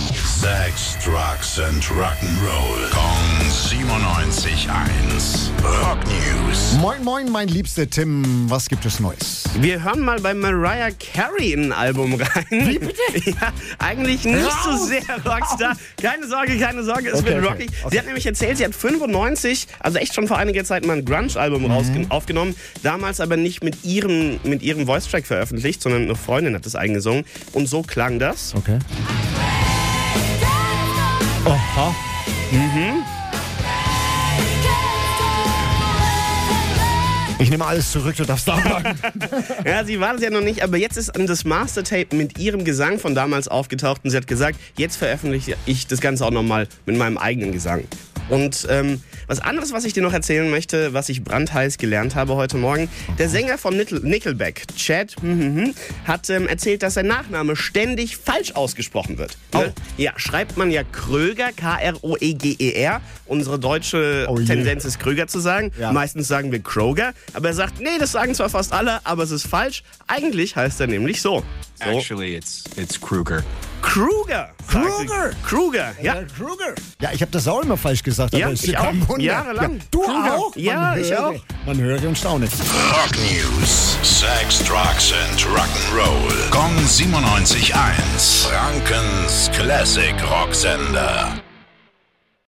Sex, Drugs and Rock'n'Roll. Kong 97.1. Rock News. Moin, moin, mein liebster Tim, was gibt es Neues? Wir hören mal bei Mariah Carey in ein Album rein. Wie bitte? Ja, eigentlich nicht so sehr Rockstar. Keine Sorge, keine Sorge, es Okay, wird okay, rockig. Sie hat nämlich erzählt, sie hat 95, also echt schon vor einiger Zeit mal ein Grunge-Album Mhm. rausge- aufgenommen. Damals aber nicht mit ihrem, mit ihrem Voice-Track veröffentlicht, sondern eine Freundin hat das eingesungen. Und so klang das. Okay. Aha. Mhm. Ich nehme alles zurück, du darfst da bleiben. Ja, sie war das ja noch nicht, aber jetzt ist an das Mastertape mit ihrem Gesang von damals aufgetaucht und sie hat gesagt, jetzt veröffentliche ich das Ganze auch nochmal mit meinem eigenen Gesang. Und ähm, was anderes, was ich dir noch erzählen möchte, was ich brandheiß gelernt habe heute Morgen. Der Sänger von Nickel Nickelback, Chad, hm, hm, hm, hat ähm, erzählt, dass sein Nachname ständig falsch ausgesprochen wird. Oh. Ne? Ja, schreibt man ja Kröger, E K-R-O-E-G-E-R. Unsere deutsche Oh je. Tendenz ist Kröger zu sagen. Ja. Meistens sagen wir Kroger, aber er sagt, nee, das sagen zwar fast alle, aber es ist falsch. Eigentlich heißt er nämlich so. so. Actually, it's it's Kruger. Kruger. sagt sie. Kruger. Kruger, ja. Kruger. Ja, ich habe das auch immer falsch gesagt, aber Ja, es ist ich ja kein auch. Wunder. Jahrelang. Ja, du Kruger. auch? Man Ja, höre, ich auch. Man höre und staune. Rock News. Sex, Drugs and Rock'n'Roll. Kong 97.1. Frankens Classic Rocksender.